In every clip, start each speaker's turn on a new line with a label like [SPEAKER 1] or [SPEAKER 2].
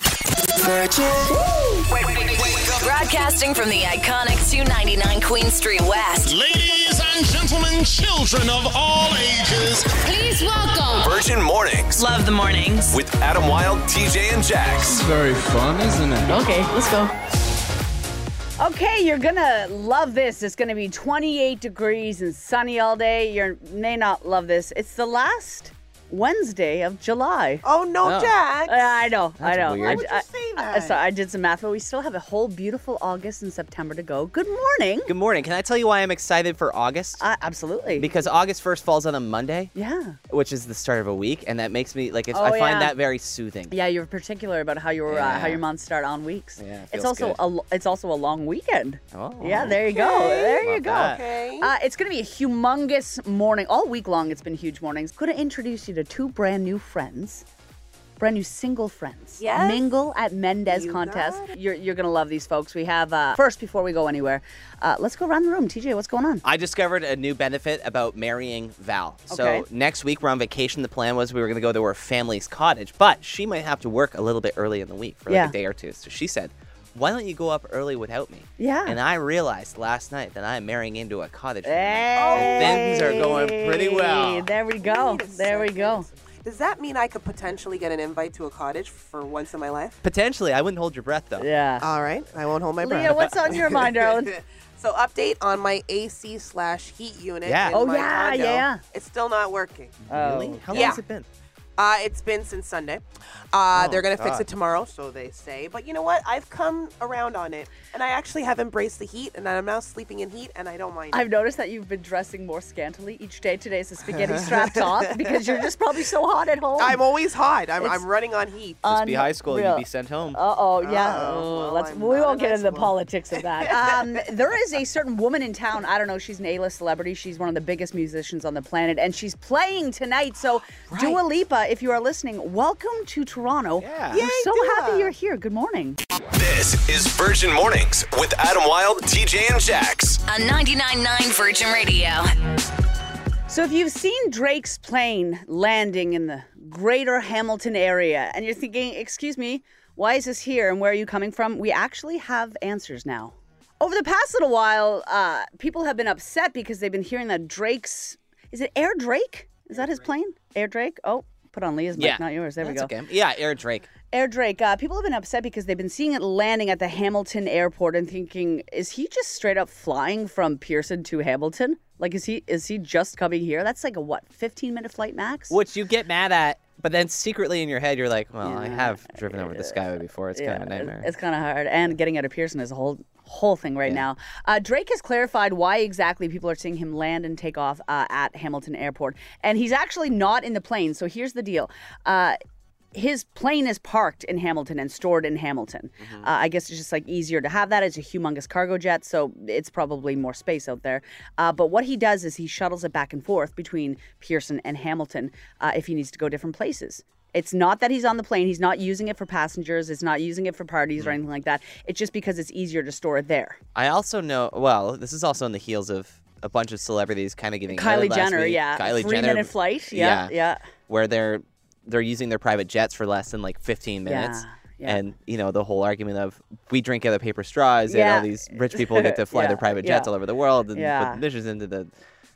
[SPEAKER 1] Oh,
[SPEAKER 2] Broadcasting from the iconic 299 Queen Street West.
[SPEAKER 3] Ladies and gentlemen, children of all ages,
[SPEAKER 4] Please welcome
[SPEAKER 5] Virgin Mornings
[SPEAKER 6] Love the mornings.
[SPEAKER 5] with Adam Wilde, TJ, and Jax.
[SPEAKER 7] Very fun, isn't it?
[SPEAKER 6] Okay, let's go.
[SPEAKER 8] Okay, you're gonna love this. It's gonna be 28 degrees and sunny all day. You may not love this. It's the last Wednesday of July.
[SPEAKER 1] Oh no,
[SPEAKER 7] No.
[SPEAKER 1] Jack.
[SPEAKER 8] Uh, I know, I know.
[SPEAKER 7] weird.
[SPEAKER 8] I,
[SPEAKER 7] Why would
[SPEAKER 1] you say that?
[SPEAKER 8] I- so I did some math, but we still have a whole beautiful August and September to go. Good morning.
[SPEAKER 9] Good morning. Can I tell you why I'm excited for August?
[SPEAKER 8] Uh, absolutely.
[SPEAKER 9] Because August 1st falls on a Monday,
[SPEAKER 8] yeah,
[SPEAKER 9] which is the start of a week, and that makes me like it's,
[SPEAKER 8] Oh,
[SPEAKER 9] I find
[SPEAKER 8] yeah.
[SPEAKER 9] that very soothing.
[SPEAKER 8] yeah. You're particular about how your uh,
[SPEAKER 9] Yeah.
[SPEAKER 8] how your months start on weeks.
[SPEAKER 9] Yeah, it
[SPEAKER 8] it's
[SPEAKER 9] feels
[SPEAKER 8] also
[SPEAKER 9] good.
[SPEAKER 8] a lo- it's also a long weekend.
[SPEAKER 9] Oh.
[SPEAKER 8] yeah, there you go. There you
[SPEAKER 9] Love
[SPEAKER 8] go.
[SPEAKER 9] that.
[SPEAKER 1] Okay.
[SPEAKER 8] Uh, it's going to be a humongous morning. All week long, it's been huge mornings. Going to introduce you to two brand new friends, brand new single friends.
[SPEAKER 1] Yes.
[SPEAKER 8] Mingle at Mendez
[SPEAKER 1] You
[SPEAKER 8] contest.
[SPEAKER 1] got
[SPEAKER 8] You're, you're going to love these folks. We have, uh, first, before we go anywhere, uh, let's go around the room. TJ, what's going on?
[SPEAKER 9] I discovered a new benefit about marrying Val.
[SPEAKER 8] Okay.
[SPEAKER 9] So next week we're on vacation. The plan was we were going to go to her family's cottage, but she might have to work a little bit early in the week for like
[SPEAKER 8] Yeah.
[SPEAKER 9] a day or two. So she said, "Why don't you go up early without me?"
[SPEAKER 8] Yeah.
[SPEAKER 9] And I realized last night that I am marrying into a cottage. for the night.
[SPEAKER 8] Hey.
[SPEAKER 9] things are going pretty well.
[SPEAKER 8] There we go.
[SPEAKER 1] Wait a
[SPEAKER 8] There we
[SPEAKER 1] second.
[SPEAKER 8] go.
[SPEAKER 1] Does that mean I could potentially get an invite to a cottage for once in my life?
[SPEAKER 9] Potentially, I wouldn't hold your breath though.
[SPEAKER 8] Yeah.
[SPEAKER 1] All right, I won't hold my breath.
[SPEAKER 8] Leah, what's on your mind, darling?
[SPEAKER 1] So update on my AC slash heat unit.
[SPEAKER 9] Yeah.
[SPEAKER 1] in
[SPEAKER 8] Oh,
[SPEAKER 1] my
[SPEAKER 8] yeah,
[SPEAKER 1] condo.
[SPEAKER 8] yeah, yeah.
[SPEAKER 1] It's still not working.
[SPEAKER 9] Really?
[SPEAKER 8] Oh.
[SPEAKER 9] How long
[SPEAKER 1] Yeah.
[SPEAKER 9] has it been?
[SPEAKER 1] Uh, it's been since Sunday. Uh,
[SPEAKER 9] Oh,
[SPEAKER 1] they're gonna fix
[SPEAKER 9] God.
[SPEAKER 1] it tomorrow, so they say. But you know what? I've come around on it, and I actually have embraced the heat, and I'm now sleeping in heat, and I don't mind. it.
[SPEAKER 8] I've noticed that you've been dressing more scantily each day. Today is a spaghetti strap top because you're just probably so hot at home.
[SPEAKER 1] I'm always hot. I'm,
[SPEAKER 8] It's-
[SPEAKER 1] I'm running on heat.
[SPEAKER 9] Just be high school,
[SPEAKER 8] Unreal.
[SPEAKER 9] you'd be sent home.
[SPEAKER 8] Uh oh, yeah.
[SPEAKER 1] Uh-oh. Well,
[SPEAKER 8] Let's.
[SPEAKER 1] I'm
[SPEAKER 8] we
[SPEAKER 1] not a
[SPEAKER 8] won't get
[SPEAKER 1] nice
[SPEAKER 8] into the
[SPEAKER 1] one.
[SPEAKER 8] politics of that. Um, there is a certain woman in town. I don't know. She's an A-list celebrity. She's one of the biggest musicians on the planet, and she's playing tonight. So, Dua Lipa, if you are listening, welcome to Toronto.
[SPEAKER 9] Yeah.
[SPEAKER 8] We're
[SPEAKER 1] Yay,
[SPEAKER 8] so
[SPEAKER 1] Dua.
[SPEAKER 8] happy you're here. Good morning.
[SPEAKER 5] This is Virgin Mornings with Adam Wilde, TJ, and Jax.
[SPEAKER 2] On 99.9 Virgin Radio.
[SPEAKER 8] So, if you've seen Drake's plane landing in the greater Hamilton area, and you're thinking, "Excuse me, why is this here, and where are you coming from?" We actually have answers now. Over the past little while, uh, people have been upset because they've been hearing that Drake's is it Air Drake? Is that his plane? Air Drake? Oh, put on Leah's mic,
[SPEAKER 9] Yeah.
[SPEAKER 8] not yours. There we
[SPEAKER 9] That's
[SPEAKER 8] go.
[SPEAKER 9] okay. Yeah, Air Drake.
[SPEAKER 8] Air Drake, uh, people have been upset because they've been seeing it landing at the Hamilton airport and thinking, is he just straight up flying from Pearson to Hamilton? Like, is he is he just coming here? That's like a what, fifteen minute flight max?
[SPEAKER 9] Which you get mad at, but then secretly in your head you're like, well, I have driven over the skyway before. It's kind of a nightmare.
[SPEAKER 8] It's kind of hard, and getting out of Pearson is a whole whole thing right now. Uh, Drake has clarified why exactly people are seeing him land and take off uh, at Hamilton Airport, and he's actually not in the plane. So here's the deal. Uh, his plane is parked in Hamilton and stored in Hamilton.
[SPEAKER 9] Mm-hmm.
[SPEAKER 8] Uh, I guess it's just like easier to have that. It's a humongous cargo jet, so it's probably more space out there. Uh, but what he does is he shuttles it back and forth between Pearson and Hamilton uh, if he needs to go different places. It's not that he's on the plane. He's not using it for passengers. It's not using it for parties
[SPEAKER 9] Mm-hmm.
[SPEAKER 8] or anything like that. It's just because it's easier to store it there.
[SPEAKER 9] I also know. Well, this is also on the heels of a bunch of celebrities kind of giving
[SPEAKER 8] Kylie
[SPEAKER 9] last
[SPEAKER 8] Jenner,
[SPEAKER 9] week.
[SPEAKER 8] yeah.
[SPEAKER 9] Kylie
[SPEAKER 8] Three
[SPEAKER 9] Jenner
[SPEAKER 8] minute flight. Yeah. Yeah.
[SPEAKER 9] where they're they're using their private jets for less than like 15 minutes.
[SPEAKER 8] Yeah, yeah.
[SPEAKER 9] And you know the whole argument of we drink out of paper straws, and
[SPEAKER 8] Yeah.
[SPEAKER 9] all these rich people get to fly
[SPEAKER 8] Yeah,
[SPEAKER 9] their private jets
[SPEAKER 8] yeah.
[SPEAKER 9] all over the world and
[SPEAKER 8] Yeah.
[SPEAKER 9] put measures into the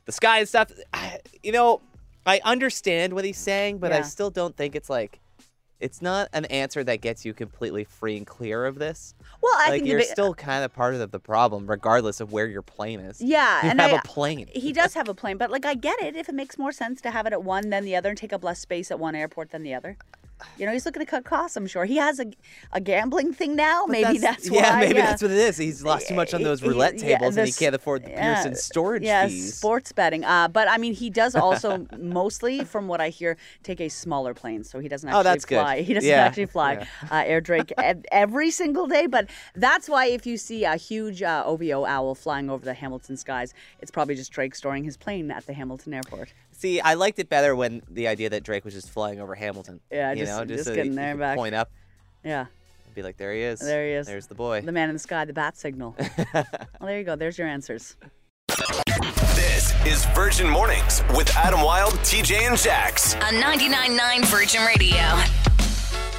[SPEAKER 9] the sky and stuff. I, you know, I understand what he's saying, but
[SPEAKER 8] Yeah.
[SPEAKER 9] I still don't think it's like it's not an answer that gets you completely free and clear of this.
[SPEAKER 8] Well, I
[SPEAKER 9] like
[SPEAKER 8] think the
[SPEAKER 9] you're
[SPEAKER 8] big-
[SPEAKER 9] still kind of part of the, the problem, regardless of where your plane is.
[SPEAKER 8] Yeah,
[SPEAKER 9] you
[SPEAKER 8] and
[SPEAKER 9] have
[SPEAKER 8] I-
[SPEAKER 9] a plane.
[SPEAKER 8] He does have a plane, but like I get it if it makes more sense to have it at one than the other and take up less space at one airport than the other. You know, he's looking to cut costs, I'm sure. He has a, a gambling thing now.
[SPEAKER 9] But
[SPEAKER 8] maybe that's, why.
[SPEAKER 9] yeah, maybe that's what it is. He's lost too much on
[SPEAKER 8] He-
[SPEAKER 9] those
[SPEAKER 8] he-
[SPEAKER 9] roulette
[SPEAKER 8] yeah,
[SPEAKER 9] tables, and he
[SPEAKER 8] this-
[SPEAKER 9] can't afford the Pearson storage
[SPEAKER 8] yeah,
[SPEAKER 9] fees.
[SPEAKER 8] sports betting. Uh, but I mean, he does also mostly, from what I hear, take a smaller plane, so he doesn't actually
[SPEAKER 9] Oh, that's good.
[SPEAKER 8] fly. He doesn't
[SPEAKER 9] Yeah,
[SPEAKER 8] actually fly uh, air Drake ev- every single day. But that's why if you see a huge uh, OVO owl flying over the Hamilton skies, it's probably just Drake storing his plane at the Hamilton airport.
[SPEAKER 9] See, I liked it better when the idea that Drake was just flying over Hamilton.
[SPEAKER 8] Yeah,
[SPEAKER 9] you
[SPEAKER 8] just-
[SPEAKER 9] know, just,
[SPEAKER 8] just
[SPEAKER 9] so
[SPEAKER 8] getting
[SPEAKER 9] you
[SPEAKER 8] there
[SPEAKER 9] could
[SPEAKER 8] back.
[SPEAKER 9] Point up
[SPEAKER 8] Yeah,
[SPEAKER 9] and be like, there he is.
[SPEAKER 8] There he is.
[SPEAKER 9] There's the boy.
[SPEAKER 8] the man in the sky, the bat signal. well, there you go. There's your answers.
[SPEAKER 5] This is Virgin Mornings with Adam Wilde, TJ, and Jax.
[SPEAKER 2] On 99.9 Virgin Radio.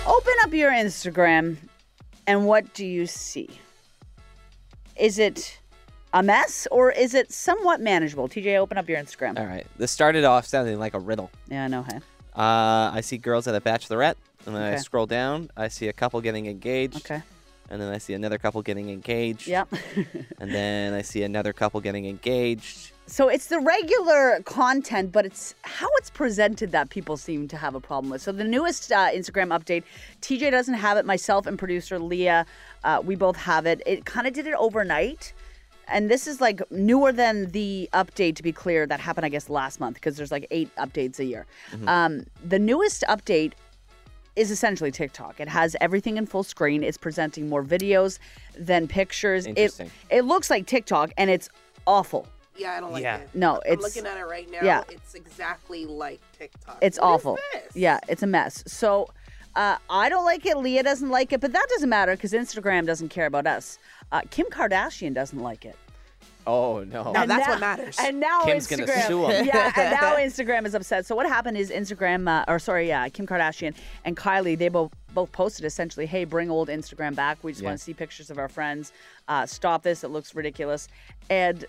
[SPEAKER 8] Open up your Instagram And what do you see? Is it a mess or is it somewhat manageable? TJ, open up your Instagram.
[SPEAKER 9] All right. This started off sounding like a riddle.
[SPEAKER 8] Yeah, I know, hey.
[SPEAKER 9] Uh, I see girls at a bachelorette, and then I
[SPEAKER 8] Okay.
[SPEAKER 9] scroll down. I see a couple getting engaged.
[SPEAKER 8] Okay.
[SPEAKER 9] And then I see another couple getting engaged.
[SPEAKER 8] Yep.
[SPEAKER 9] And then I see another couple getting engaged.
[SPEAKER 8] so it's the regular content, but it's how it's presented that people seem to have a problem with. So the newest uh, Instagram update, TJ doesn't have it. Myself and producer Leah, uh, we both have it. It kind of did it overnight. And this is like newer than the update, to be clear, that happened, I guess, last month, because there's like eight updates a year. Um, the newest update is essentially TikTok. It has everything in full screen. It's presenting more videos than pictures. It
[SPEAKER 9] Interesting.
[SPEAKER 8] it looks like TikTok and it's awful.
[SPEAKER 1] Yeah, I don't like
[SPEAKER 9] Yeah.
[SPEAKER 1] it.
[SPEAKER 8] No,
[SPEAKER 1] I'm
[SPEAKER 8] it's-
[SPEAKER 1] looking at it right now.
[SPEAKER 8] yeah.
[SPEAKER 1] It's exactly like TikTok.
[SPEAKER 8] It's
[SPEAKER 1] What is
[SPEAKER 8] awful.
[SPEAKER 1] this?
[SPEAKER 8] Yeah, it's a mess. So uh, I don't like it. Leah doesn't like it, but that doesn't matter because Instagram doesn't care about us. Uh, Kim Kardashian doesn't like it.
[SPEAKER 9] Oh, no.
[SPEAKER 1] Now that's what matters.
[SPEAKER 8] And now
[SPEAKER 9] Kim's gonna
[SPEAKER 8] Instagram,
[SPEAKER 9] sue 'em.
[SPEAKER 8] yeah, and now Instagram is upset. So what happened is Instagram, uh, or sorry, yeah, Kim Kardashian and Kylie, they both both posted essentially, "Hey, bring old Instagram back. We just
[SPEAKER 9] Yeah.
[SPEAKER 8] want to see pictures of our friends. Uh, stop this. It looks ridiculous." And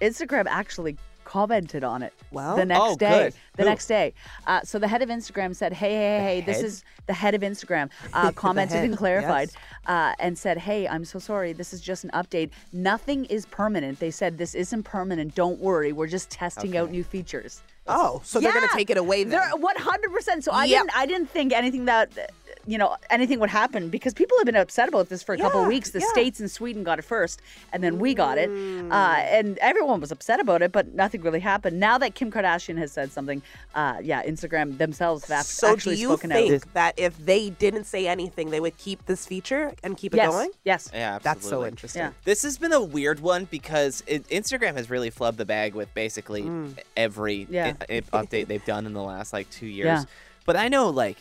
[SPEAKER 8] Instagram actually commented on it
[SPEAKER 1] Well?
[SPEAKER 8] the next
[SPEAKER 9] Oh,
[SPEAKER 8] day
[SPEAKER 9] good.
[SPEAKER 8] the
[SPEAKER 9] Who?
[SPEAKER 8] next day uh, so the head of instagram said hey hey hey this
[SPEAKER 9] head?
[SPEAKER 8] is the head of instagram uh, commented
[SPEAKER 1] head,
[SPEAKER 8] and clarified
[SPEAKER 1] yes.
[SPEAKER 8] uh, and said, Hey, I'm so sorry. This is just an update. Nothing is permanent. They said, This isn't permanent. Don't worry. We're just testing out new features.
[SPEAKER 1] Oh, so they're gonna
[SPEAKER 8] Yeah.
[SPEAKER 1] take it away then.
[SPEAKER 8] They're 100%. So I
[SPEAKER 1] Yep.
[SPEAKER 8] didn't I didn't think anything that uh, you know anything would happen because people have been upset about this for a couple of
[SPEAKER 1] Yeah,
[SPEAKER 8] weeks. The
[SPEAKER 1] yeah. Mm.
[SPEAKER 8] states and Sweden got it first and then we got it. Uh, and everyone was upset about it, but nothing really happened. Now that Kim Kardashian has said something, uh, yeah, Instagram themselves have
[SPEAKER 1] so do
[SPEAKER 8] actually
[SPEAKER 1] you
[SPEAKER 8] spoken out.
[SPEAKER 1] think that if they didn't say anything, they would keep this feature and keep it
[SPEAKER 8] Yes.
[SPEAKER 1] going?
[SPEAKER 8] Yes.
[SPEAKER 9] Yeah, absolutely.
[SPEAKER 1] That's so interesting.
[SPEAKER 8] Yeah.
[SPEAKER 9] This has been a weird one because it, Instagram has really flubbed the bag with basically every
[SPEAKER 8] Mm. Yeah.
[SPEAKER 9] i- i- update they've done in the last like two years.
[SPEAKER 8] Yeah.
[SPEAKER 9] But I know like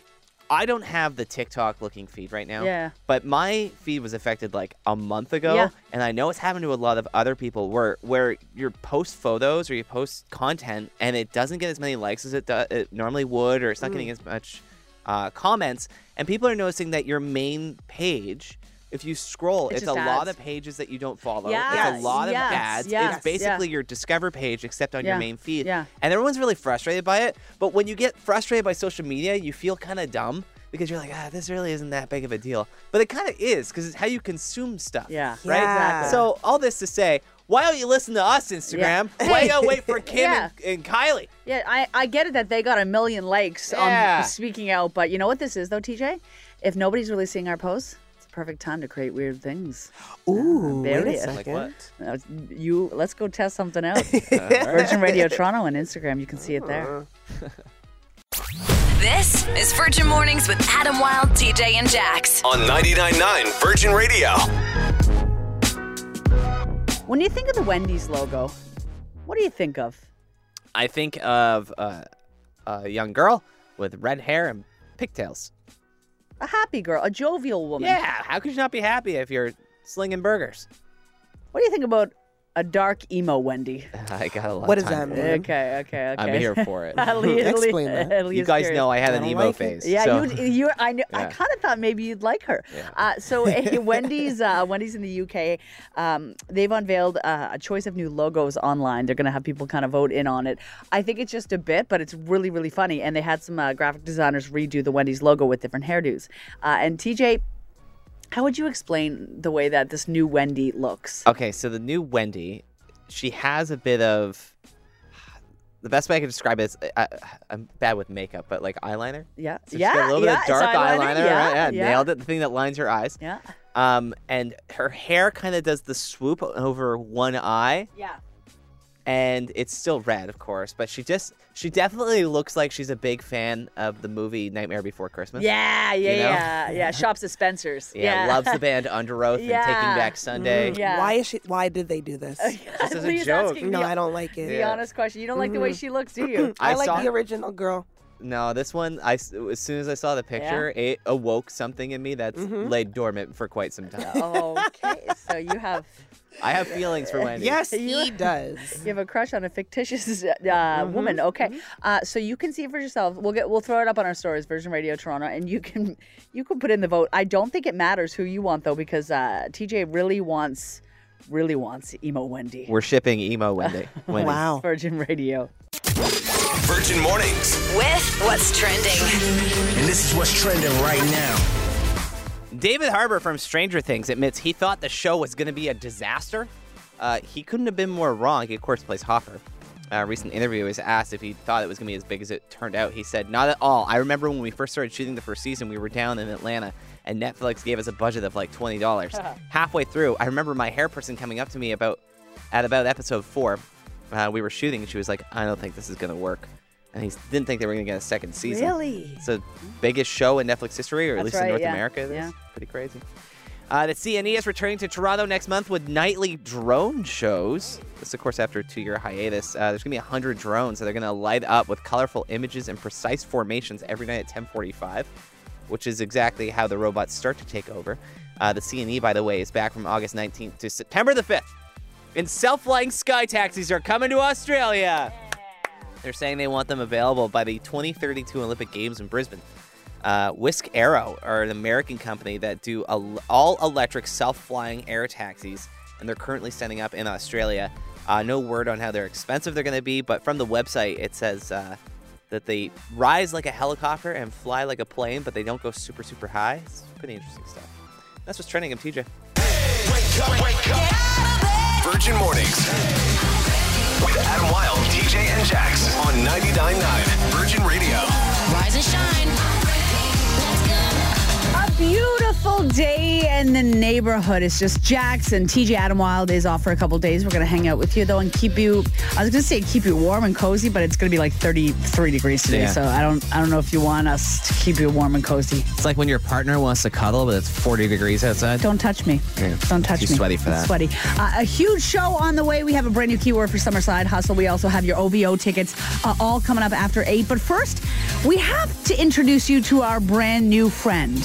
[SPEAKER 9] I don't have the TikTok looking feed right now.
[SPEAKER 8] Yeah.
[SPEAKER 9] But my feed was affected like a month ago,
[SPEAKER 8] Yeah.
[SPEAKER 9] and I know it's happened to a lot of other people where where you post photos or you post content and it doesn't get as many likes as it, do- it normally would, or it's
[SPEAKER 8] Mm.
[SPEAKER 9] not getting as much uh, comments, and people are noticing that your main page. If you scroll,
[SPEAKER 8] It
[SPEAKER 9] it's a
[SPEAKER 8] just
[SPEAKER 9] lot
[SPEAKER 8] adds.
[SPEAKER 9] of pages that you don't follow. It's
[SPEAKER 8] Yes,
[SPEAKER 9] a lot of
[SPEAKER 8] yes,
[SPEAKER 9] ads.
[SPEAKER 8] yes,
[SPEAKER 9] it's basically your discover page except on your
[SPEAKER 8] Yeah,
[SPEAKER 9] main feed.
[SPEAKER 8] yeah.
[SPEAKER 9] And everyone's really frustrated by it. But when you get frustrated by social media, you feel kind of dumb because you're like, ah, this really isn't that big of a deal. But it kind of is because it's how you consume stuff.
[SPEAKER 8] Yeah.
[SPEAKER 9] Right?
[SPEAKER 1] Yeah.
[SPEAKER 9] So all this to say, why don't you listen to us, Instagram? Why don't you wait for Kim
[SPEAKER 8] Yeah.
[SPEAKER 9] and, and Kylie?
[SPEAKER 8] Yeah, I, I get it that they got a million likes
[SPEAKER 9] Yeah.
[SPEAKER 8] on speaking out, but you know what this is though, TJ? If nobody's really seeing our posts, it's a perfect time to create weird things.
[SPEAKER 1] Ooh,
[SPEAKER 8] Very
[SPEAKER 1] wait a
[SPEAKER 8] it.
[SPEAKER 1] second.
[SPEAKER 8] Like
[SPEAKER 9] what?
[SPEAKER 8] Uh, You let's go test something out. Virgin Radio Toronto on Instagram, you can see it there.
[SPEAKER 2] This is Virgin Mornings with Adam Wilde, TJ, and Jax.
[SPEAKER 5] On 99.9 Virgin Radio.
[SPEAKER 8] When you think of the Wendy's logo, what do you think of?
[SPEAKER 9] I think of uh, a young girl with red hair and pigtails.
[SPEAKER 8] A happy girl, a jovial woman.
[SPEAKER 9] Yeah. How could you not be happy if you're slinging burgers?
[SPEAKER 8] What do you think about a dark emo Wendy?
[SPEAKER 9] I got a lot
[SPEAKER 1] What
[SPEAKER 9] of
[SPEAKER 1] does
[SPEAKER 9] time
[SPEAKER 1] that
[SPEAKER 9] for
[SPEAKER 1] mean?
[SPEAKER 8] Okay, okay, okay.
[SPEAKER 9] I'm here for it.
[SPEAKER 1] Explain that.
[SPEAKER 9] you guys know I had an
[SPEAKER 1] I don't
[SPEAKER 9] emo
[SPEAKER 1] like it.
[SPEAKER 9] phase.
[SPEAKER 8] Yeah,
[SPEAKER 9] so-
[SPEAKER 8] you, you. I knew, I
[SPEAKER 9] Yeah.
[SPEAKER 8] kind of thought maybe you'd like her. Uh, so eh, Wendy's, uh, Wendy's in the UK, um, they've unveiled uh, a choice of new logos online. They're going to have people kind of vote in on it. I think it's just a bit, but it's really, really funny. And they had some uh, graphic designers redo the Wendy's logo with different hairdos. Uh, and TJ, how would you explain the way that this new Wendy looks?
[SPEAKER 9] Okay, so the new Wendy, she has a bit of the best way I can describe it is I, I'm bad with makeup, but like eyeliner.
[SPEAKER 8] Yeah,
[SPEAKER 9] So
[SPEAKER 8] yeah,
[SPEAKER 9] she's got a little
[SPEAKER 8] yeah.
[SPEAKER 9] bit
[SPEAKER 8] it's
[SPEAKER 9] of dark eyeliner.
[SPEAKER 8] eyeliner,
[SPEAKER 9] right?
[SPEAKER 8] Yeah,
[SPEAKER 9] yeah, nailed it. The thing that lines your eyes.
[SPEAKER 8] Yeah,
[SPEAKER 9] Um, and her hair kind of does the swoop over one eye,
[SPEAKER 8] yeah.
[SPEAKER 9] and it's still red, of course. But she just, she definitely looks like she's a big fan of the movie Nightmare Before Christmas.
[SPEAKER 8] Yeah, yeah,
[SPEAKER 9] You know?
[SPEAKER 8] yeah, yeah. Shops at Spencer's.
[SPEAKER 9] Yeah, loves the band Under Oath and
[SPEAKER 8] Yeah. Mm-hmm.
[SPEAKER 9] Taking Back Sunday.
[SPEAKER 8] Yeah.
[SPEAKER 1] Why is she? Why did they do this?
[SPEAKER 9] Just as a
[SPEAKER 8] Leah's
[SPEAKER 9] joke.
[SPEAKER 8] asking
[SPEAKER 1] No,
[SPEAKER 8] the,
[SPEAKER 1] I don't like it.
[SPEAKER 8] the honest question. You don't like the way she looks, do you?
[SPEAKER 1] I,
[SPEAKER 9] I
[SPEAKER 1] like
[SPEAKER 9] saw-
[SPEAKER 1] the original girl.
[SPEAKER 9] No, this one, I s- as soon as I saw the picture, it awoke something in me that's laid dormant for quite some time.
[SPEAKER 8] Oh. okay, so you have
[SPEAKER 9] I have feelings for Wendy.
[SPEAKER 4] Yes, he does.
[SPEAKER 8] you have a crush on a fictitious uh, woman. Okay, uh, so you can see it for yourself. We'll get we'll throw it up on our stories, Virgin Radio Toronto, and you can you can put in the vote. I don't think it matters who you want though, because uh, TJ really wants really wants emo Wendy.
[SPEAKER 9] We're shipping emo Wendy. Wendy.
[SPEAKER 4] Wow.
[SPEAKER 8] Virgin Radio.
[SPEAKER 5] Virgin Mornings.
[SPEAKER 2] With what's trending.
[SPEAKER 6] And this is what's trending right now.
[SPEAKER 9] David Harbour from Stranger Things admits he thought the show was going to be a disaster. Uh, he couldn't have been more wrong. He, of course, plays Hopper. Uh, a recent interview was asked if he thought it was going to be as big as it turned out. He said, Not at all. I remember when we first started shooting the first season, we were down in Atlanta, and Netflix gave us a budget of like $20. Halfway through, I remember my hair person coming up to me about at about episode four. Uh, we were shooting, and she was like, I don't think this is going to work. And he didn't think they were going to get a second season.
[SPEAKER 8] Really?
[SPEAKER 9] It's the biggest show in Netflix history, or at
[SPEAKER 8] That's
[SPEAKER 9] least
[SPEAKER 8] right,
[SPEAKER 9] in North
[SPEAKER 8] yeah.
[SPEAKER 9] America. It is.
[SPEAKER 8] Yeah.
[SPEAKER 9] Pretty crazy. Uh, the CNE is returning to Toronto next month with nightly drone shows. This, of course, after a two year hiatus. Uh, there's going to be 100 drones that are going to light up with colorful images and precise formations every night at 1045, which is exactly how the robots start to take over. Uh, the CNE, by the way, is back from August 19th to September the 5th. And self flying sky taxis are coming to Australia. They're saying they want them available by the 2032 Olympic Games in Brisbane. Uh, Whisk Aero are an American company that do all electric self flying air taxis, and they're currently setting up in Australia. Uh, no word on how they're expensive they're going to be, but from the website, it says uh, that they rise like a helicopter and fly like a plane, but they don't go super, super high. It's pretty interesting stuff. That's what's trending. I'm TJ.
[SPEAKER 5] Virgin Mornings. With Adam Wilde, TJ, and Jax on 99.9 Virgin Radio.
[SPEAKER 7] Rise and shine. Let's go.
[SPEAKER 8] A beautiful day in the neighborhood. It's just Jackson. TJ Adam Wild is off for a couple days. We're going to hang out with you, though, and keep you, I was going to say keep you warm and cozy, but it's going to be like 33 degrees today.
[SPEAKER 9] Yeah.
[SPEAKER 8] So I don't, I don't know if you want us to keep you warm and cozy.
[SPEAKER 9] It's like when your partner wants to cuddle, but it's 40 degrees outside.
[SPEAKER 8] Don't touch me. Don't touch
[SPEAKER 9] too
[SPEAKER 8] me.
[SPEAKER 9] sweaty for
[SPEAKER 8] It's
[SPEAKER 9] that.
[SPEAKER 8] Sweaty. Uh, a huge show on the way. We have a brand new keyword for Summer Side Hustle. We also have your OVO tickets uh, all coming up after eight. But first, we have to introduce you to our brand new friend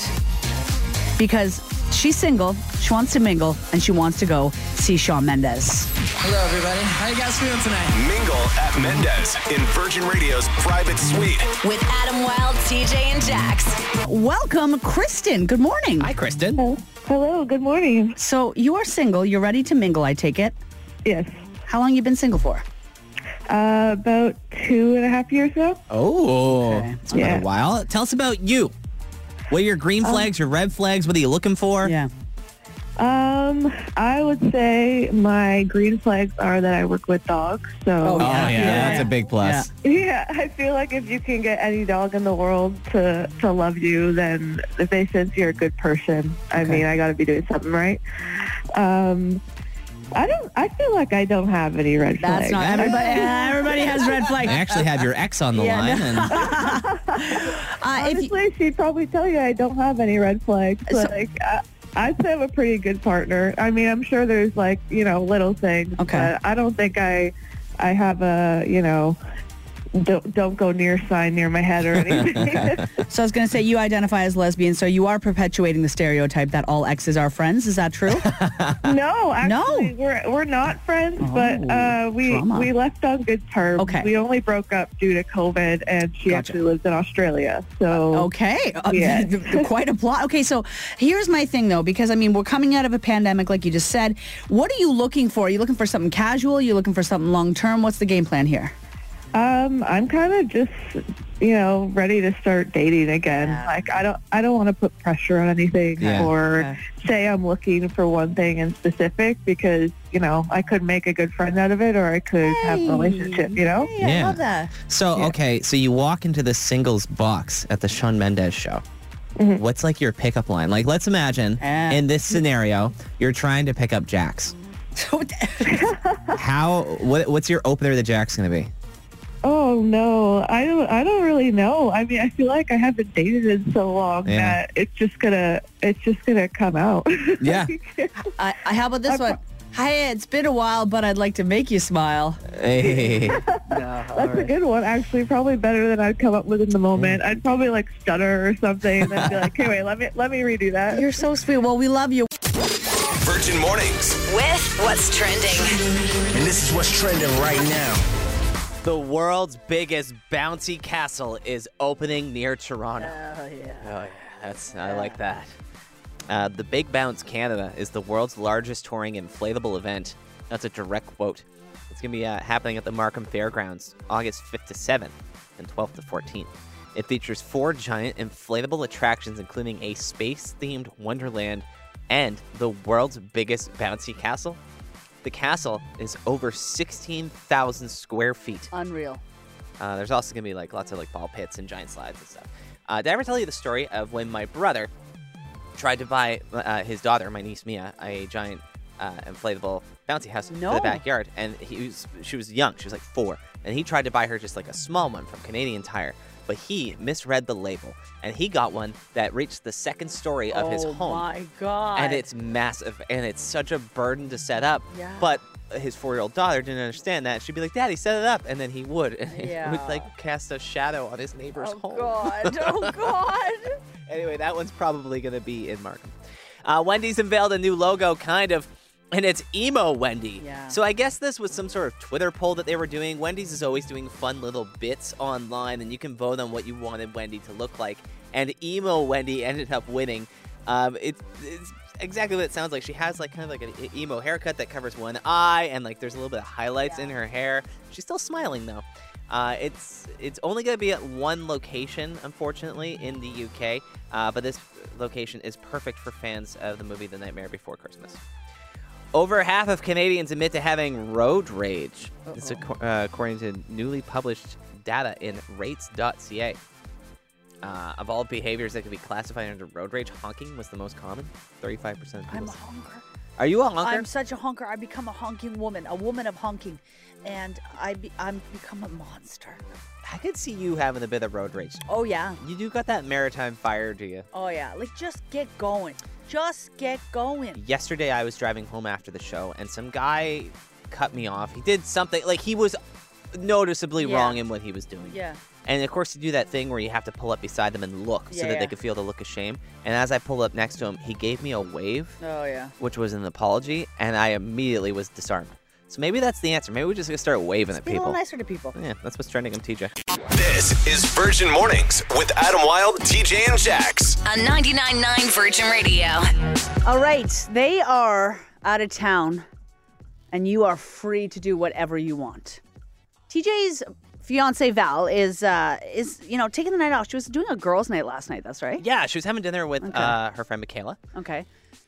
[SPEAKER 8] because she's single, she wants to mingle, and she wants to go see Shawn Mendes.
[SPEAKER 6] Hello, everybody. How you guys feeling tonight?
[SPEAKER 5] Mingle at Mendez in Virgin Radio's private suite.
[SPEAKER 2] With Adam Wilde, TJ, and Jax.
[SPEAKER 8] Welcome, Kristen. Good morning.
[SPEAKER 9] Hi, Kristen.
[SPEAKER 10] Hello, good morning.
[SPEAKER 8] So you are single. You're ready to mingle. I take it.
[SPEAKER 10] Yes,
[SPEAKER 8] How long you been single for?
[SPEAKER 10] uh, about two and a half years ago.
[SPEAKER 4] Oh,
[SPEAKER 8] Okay.
[SPEAKER 4] it's been
[SPEAKER 10] Yeah.
[SPEAKER 4] a while. Tell us about you. What are your green flags, your red flags? What are you looking for?
[SPEAKER 8] Yeah.
[SPEAKER 10] Um, I would say my green flags are that I work with dogs. So
[SPEAKER 4] Oh, yeah,
[SPEAKER 8] Yeah.
[SPEAKER 4] that's a big plus.
[SPEAKER 10] yeah, I feel like if you can get any dog in the world to to love you, then if they sense you're a good person, I mean, I got to be doing something right. Um, I don't. I feel like I don't have any red
[SPEAKER 8] That's
[SPEAKER 10] flags.
[SPEAKER 8] not everybody. Everybody has red flags.
[SPEAKER 4] I actually have your ex on the
[SPEAKER 8] Yeah,
[SPEAKER 4] line. And
[SPEAKER 8] Uh, if you-
[SPEAKER 10] Honestly, she'd probably tell you I don't have any red flags.
[SPEAKER 8] So-
[SPEAKER 10] like, I, I'd say I'm a pretty good partner. I mean, I'm sure there's like you know little things,
[SPEAKER 8] Okay.
[SPEAKER 10] but I don't think I, I have a you know, don't don't go near sign near my head or anything.
[SPEAKER 8] So I was going to say you identify as lesbian, so you are perpetuating the stereotype that all exes are friends. Is that true?
[SPEAKER 10] no,
[SPEAKER 8] No.
[SPEAKER 10] actually, we're we're not friends,
[SPEAKER 8] Oh,
[SPEAKER 10] but uh, we
[SPEAKER 8] drama.
[SPEAKER 10] we left on good terms.
[SPEAKER 8] Okay.
[SPEAKER 10] we only broke up due to COVID, and she
[SPEAKER 8] Gotcha.
[SPEAKER 10] actually lives in Australia, so.
[SPEAKER 8] okay, Uh,
[SPEAKER 10] Yeah.
[SPEAKER 8] quite a plot. Okay, so here's my thing though, because I mean we're coming out of a pandemic, like you just said. What are you looking for? Are you looking for something casual? Are you looking for something long term? What's the game plan here?
[SPEAKER 10] Um, I'm kind of just, you know, ready to start dating again. Like I don't, I don't want to put pressure on anything
[SPEAKER 4] Yeah.
[SPEAKER 10] or
[SPEAKER 8] Okay.
[SPEAKER 10] say I'm looking for one thing in specific because you know I could make a good friend out of it or I could have a relationship. You know,
[SPEAKER 4] I Yeah. love
[SPEAKER 8] that.
[SPEAKER 4] so, okay, so you walk into the singles box at the Sean Mendez show. What's like your pickup line? Like, let's imagine
[SPEAKER 8] Ah.
[SPEAKER 4] in this scenario, you're trying to pick up Jax. How? What, what's your opener that Jack's gonna be?
[SPEAKER 10] Oh no, I don't. I don't really know. I mean, I feel like I haven't dated in so long
[SPEAKER 4] Yeah.
[SPEAKER 10] that it's just gonna, it's just gonna come out.
[SPEAKER 4] Yeah.
[SPEAKER 8] I, I, how about this one? Hi, it's been a while, but I'd like to make you smile.
[SPEAKER 4] Hey.
[SPEAKER 10] That's a good one, actually. Probably better than I'd come up with in the moment. I'd probably like stutter or something, and then be like, "Okay, wait, let me let me redo that."
[SPEAKER 8] You're so sweet. Well, we love you.
[SPEAKER 5] Virgin Mornings.
[SPEAKER 2] With what's trending.
[SPEAKER 6] And this is what's trending right now.
[SPEAKER 9] The world's biggest bouncy castle is opening near Toronto. Oh yeah, that's I like that. Uh, the Big Bounce Canada is the world's largest touring inflatable event. That's a direct quote. It's going to be uh, happening at the Markham Fairgrounds August 5th to 7th and 12th to 14th. It features four giant inflatable attractions, including a space themed Wonderland and the world's biggest bouncy castle. The castle is over 16,000 square feet.
[SPEAKER 8] Unreal.
[SPEAKER 9] Uh, there's also gonna be like lots of like ball pits and giant slides and stuff. Uh, did I ever tell you the story of when my brother tried to buy uh, his daughter, my niece Mia, a giant uh, inflatable bouncy house for
[SPEAKER 8] No.
[SPEAKER 9] the backyard? And he was, she was young, she was like four, and he tried to buy her just like a small one from Canadian Tire, but he misread the label and he got one that reached the second story of his
[SPEAKER 8] oh
[SPEAKER 9] home
[SPEAKER 8] my god.
[SPEAKER 9] and it's massive and it's such a burden to set up
[SPEAKER 8] Yeah.
[SPEAKER 9] but his four-year-old daughter didn't understand that she'd be like daddy set it up and then he would and it
[SPEAKER 8] Yeah.
[SPEAKER 9] would like cast a shadow on his neighbor's
[SPEAKER 8] Oh
[SPEAKER 9] home
[SPEAKER 8] god. Oh god.
[SPEAKER 9] anyway that one's probably going to be in markham uh, wendy's unveiled a new logo kind of and it's emo wendy
[SPEAKER 8] Yeah.
[SPEAKER 9] so i guess this was some sort of twitter poll that they were doing wendy's is always doing fun little bits online and you can vote on what you wanted wendy to look like and emo wendy ended up winning um, it's, it's exactly what it sounds like she has like kind of like an e- emo haircut that covers one eye and like there's a little bit of highlights in her hair she's still smiling though uh, it's it's only going to be at one location, unfortunately, in the UK. Uh, but this location is perfect for fans of the movie The Nightmare Before Christmas. Over half of Canadians admit to having road rage. This is acco- uh, according to newly published data in rates.ca. Uh, of all behaviors that could be classified under road rage, honking was the most common. 35% of people.
[SPEAKER 8] I'm a
[SPEAKER 9] said-
[SPEAKER 8] hunker.
[SPEAKER 9] Are you a honker?
[SPEAKER 8] I'm such a honker. I become a honking woman, a woman of honking, and I be, I'm become a monster.
[SPEAKER 9] I could see you having a bit of road rage.
[SPEAKER 8] Oh yeah.
[SPEAKER 9] You do got that maritime fire, do you?
[SPEAKER 8] Oh yeah. Like just get going. Just get going.
[SPEAKER 9] yesterday I was driving home after the show and some guy cut me off. He did something like he was noticeably
[SPEAKER 8] Yeah.
[SPEAKER 9] wrong in what he was doing.
[SPEAKER 8] Yeah.
[SPEAKER 9] And of course you do that thing where you have to pull up beside them and look
[SPEAKER 8] Yeah,
[SPEAKER 9] so that
[SPEAKER 8] yeah.
[SPEAKER 9] they could feel the look of shame. And as I pulled up next to him, he gave me a wave,
[SPEAKER 8] Oh yeah.
[SPEAKER 9] which was an apology, and I immediately was disarmed. So maybe that's the answer. Maybe we're just gonna start waving at
[SPEAKER 8] Be a little
[SPEAKER 9] people.
[SPEAKER 8] nicer to people.
[SPEAKER 9] Yeah, that's what's trending. I'm TJ.
[SPEAKER 5] This is Virgin Mornings with Adam Wilde, TJ, and Jax.
[SPEAKER 2] On 99.9 Virgin Radio.
[SPEAKER 8] All right, they are out of town, and you are free to do whatever you want. TJ's fiance Val is uh, is you know taking the night off. She was doing a girls' night last night. That's right.
[SPEAKER 9] Yeah, she was having dinner with uh, her friend Michaela.
[SPEAKER 8] Okay.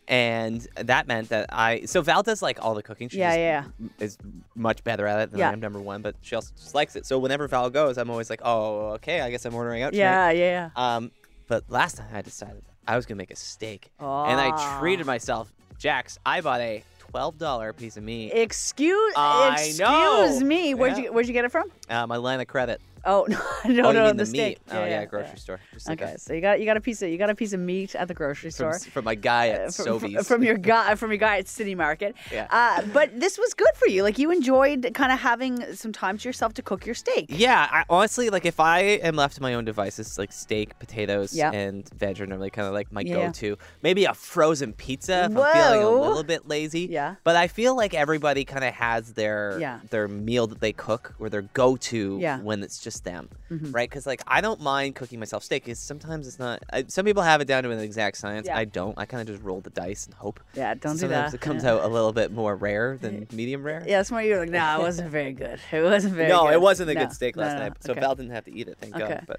[SPEAKER 9] and that meant that I so Val does like all the cooking. She
[SPEAKER 8] Yeah,
[SPEAKER 9] just
[SPEAKER 8] yeah,
[SPEAKER 9] is much better at it than
[SPEAKER 8] Yeah.
[SPEAKER 9] I am. Number one, but she also just likes it. So whenever Val goes, I'm always like, oh, okay, I guess I'm ordering out. tonight."
[SPEAKER 8] Yeah, yeah, yeah.
[SPEAKER 9] Um, but last time I decided I was gonna make a steak, and I
[SPEAKER 8] Ah.
[SPEAKER 9] treated myself. Jax, I bought a twelve dollar piece of meat.
[SPEAKER 8] Excuse,
[SPEAKER 9] I
[SPEAKER 8] excuse
[SPEAKER 9] know.
[SPEAKER 8] me. Where'd
[SPEAKER 9] Yeah.
[SPEAKER 8] you where'd you get it from?
[SPEAKER 9] Uh, my line of credit.
[SPEAKER 8] Oh no, no,
[SPEAKER 9] oh, you
[SPEAKER 8] no,
[SPEAKER 9] mean
[SPEAKER 8] the,
[SPEAKER 9] the,
[SPEAKER 8] steak.
[SPEAKER 9] meat? oh yeah, grocery store. Just like
[SPEAKER 8] Okay,
[SPEAKER 9] a-
[SPEAKER 8] so you got you got a piece of you got a piece of meat at the grocery
[SPEAKER 9] from,
[SPEAKER 8] store.
[SPEAKER 9] from my guy at
[SPEAKER 8] Uh, from,
[SPEAKER 9] Sobeys.
[SPEAKER 8] from your guy from your guy at City Market.
[SPEAKER 9] Yeah.
[SPEAKER 8] Uh, but this was good for you. Like you enjoyed kind of having some time to yourself to cook your steak.
[SPEAKER 9] Yeah, I, honestly, like if I am left to my own devices, like steak, potatoes,
[SPEAKER 8] Yeah.
[SPEAKER 9] and veg are normally kind of like my
[SPEAKER 8] Yeah.
[SPEAKER 9] go-to. Maybe a frozen pizza if I'm feeling
[SPEAKER 8] Whoa.
[SPEAKER 9] a little bit lazy.
[SPEAKER 8] Yeah.
[SPEAKER 9] But I feel like everybody kind of has their
[SPEAKER 8] Yeah.
[SPEAKER 9] their meal that they cook or their go-to
[SPEAKER 8] Yeah. Mm-hmm.
[SPEAKER 9] when it's just them, right? Because like I don't mind cooking myself steak. Because sometimes it's not. I, some people have it down to an exact science.
[SPEAKER 8] Yeah.
[SPEAKER 9] I don't. I kind of just roll the dice and hope.
[SPEAKER 8] Yeah, don't do
[SPEAKER 9] sometimes
[SPEAKER 8] that.
[SPEAKER 9] it comes
[SPEAKER 8] Yeah.
[SPEAKER 9] out a little bit more rare than medium rare.
[SPEAKER 8] Yeah, that's why you were like, no, it wasn't very good. It wasn't very
[SPEAKER 9] no,
[SPEAKER 8] good.
[SPEAKER 9] it wasn't a
[SPEAKER 8] No,
[SPEAKER 9] good steak
[SPEAKER 8] no,
[SPEAKER 9] last
[SPEAKER 8] no,
[SPEAKER 9] night, so
[SPEAKER 8] okay.
[SPEAKER 9] Val didn't have to eat it. Thank
[SPEAKER 8] Okay.
[SPEAKER 9] God. But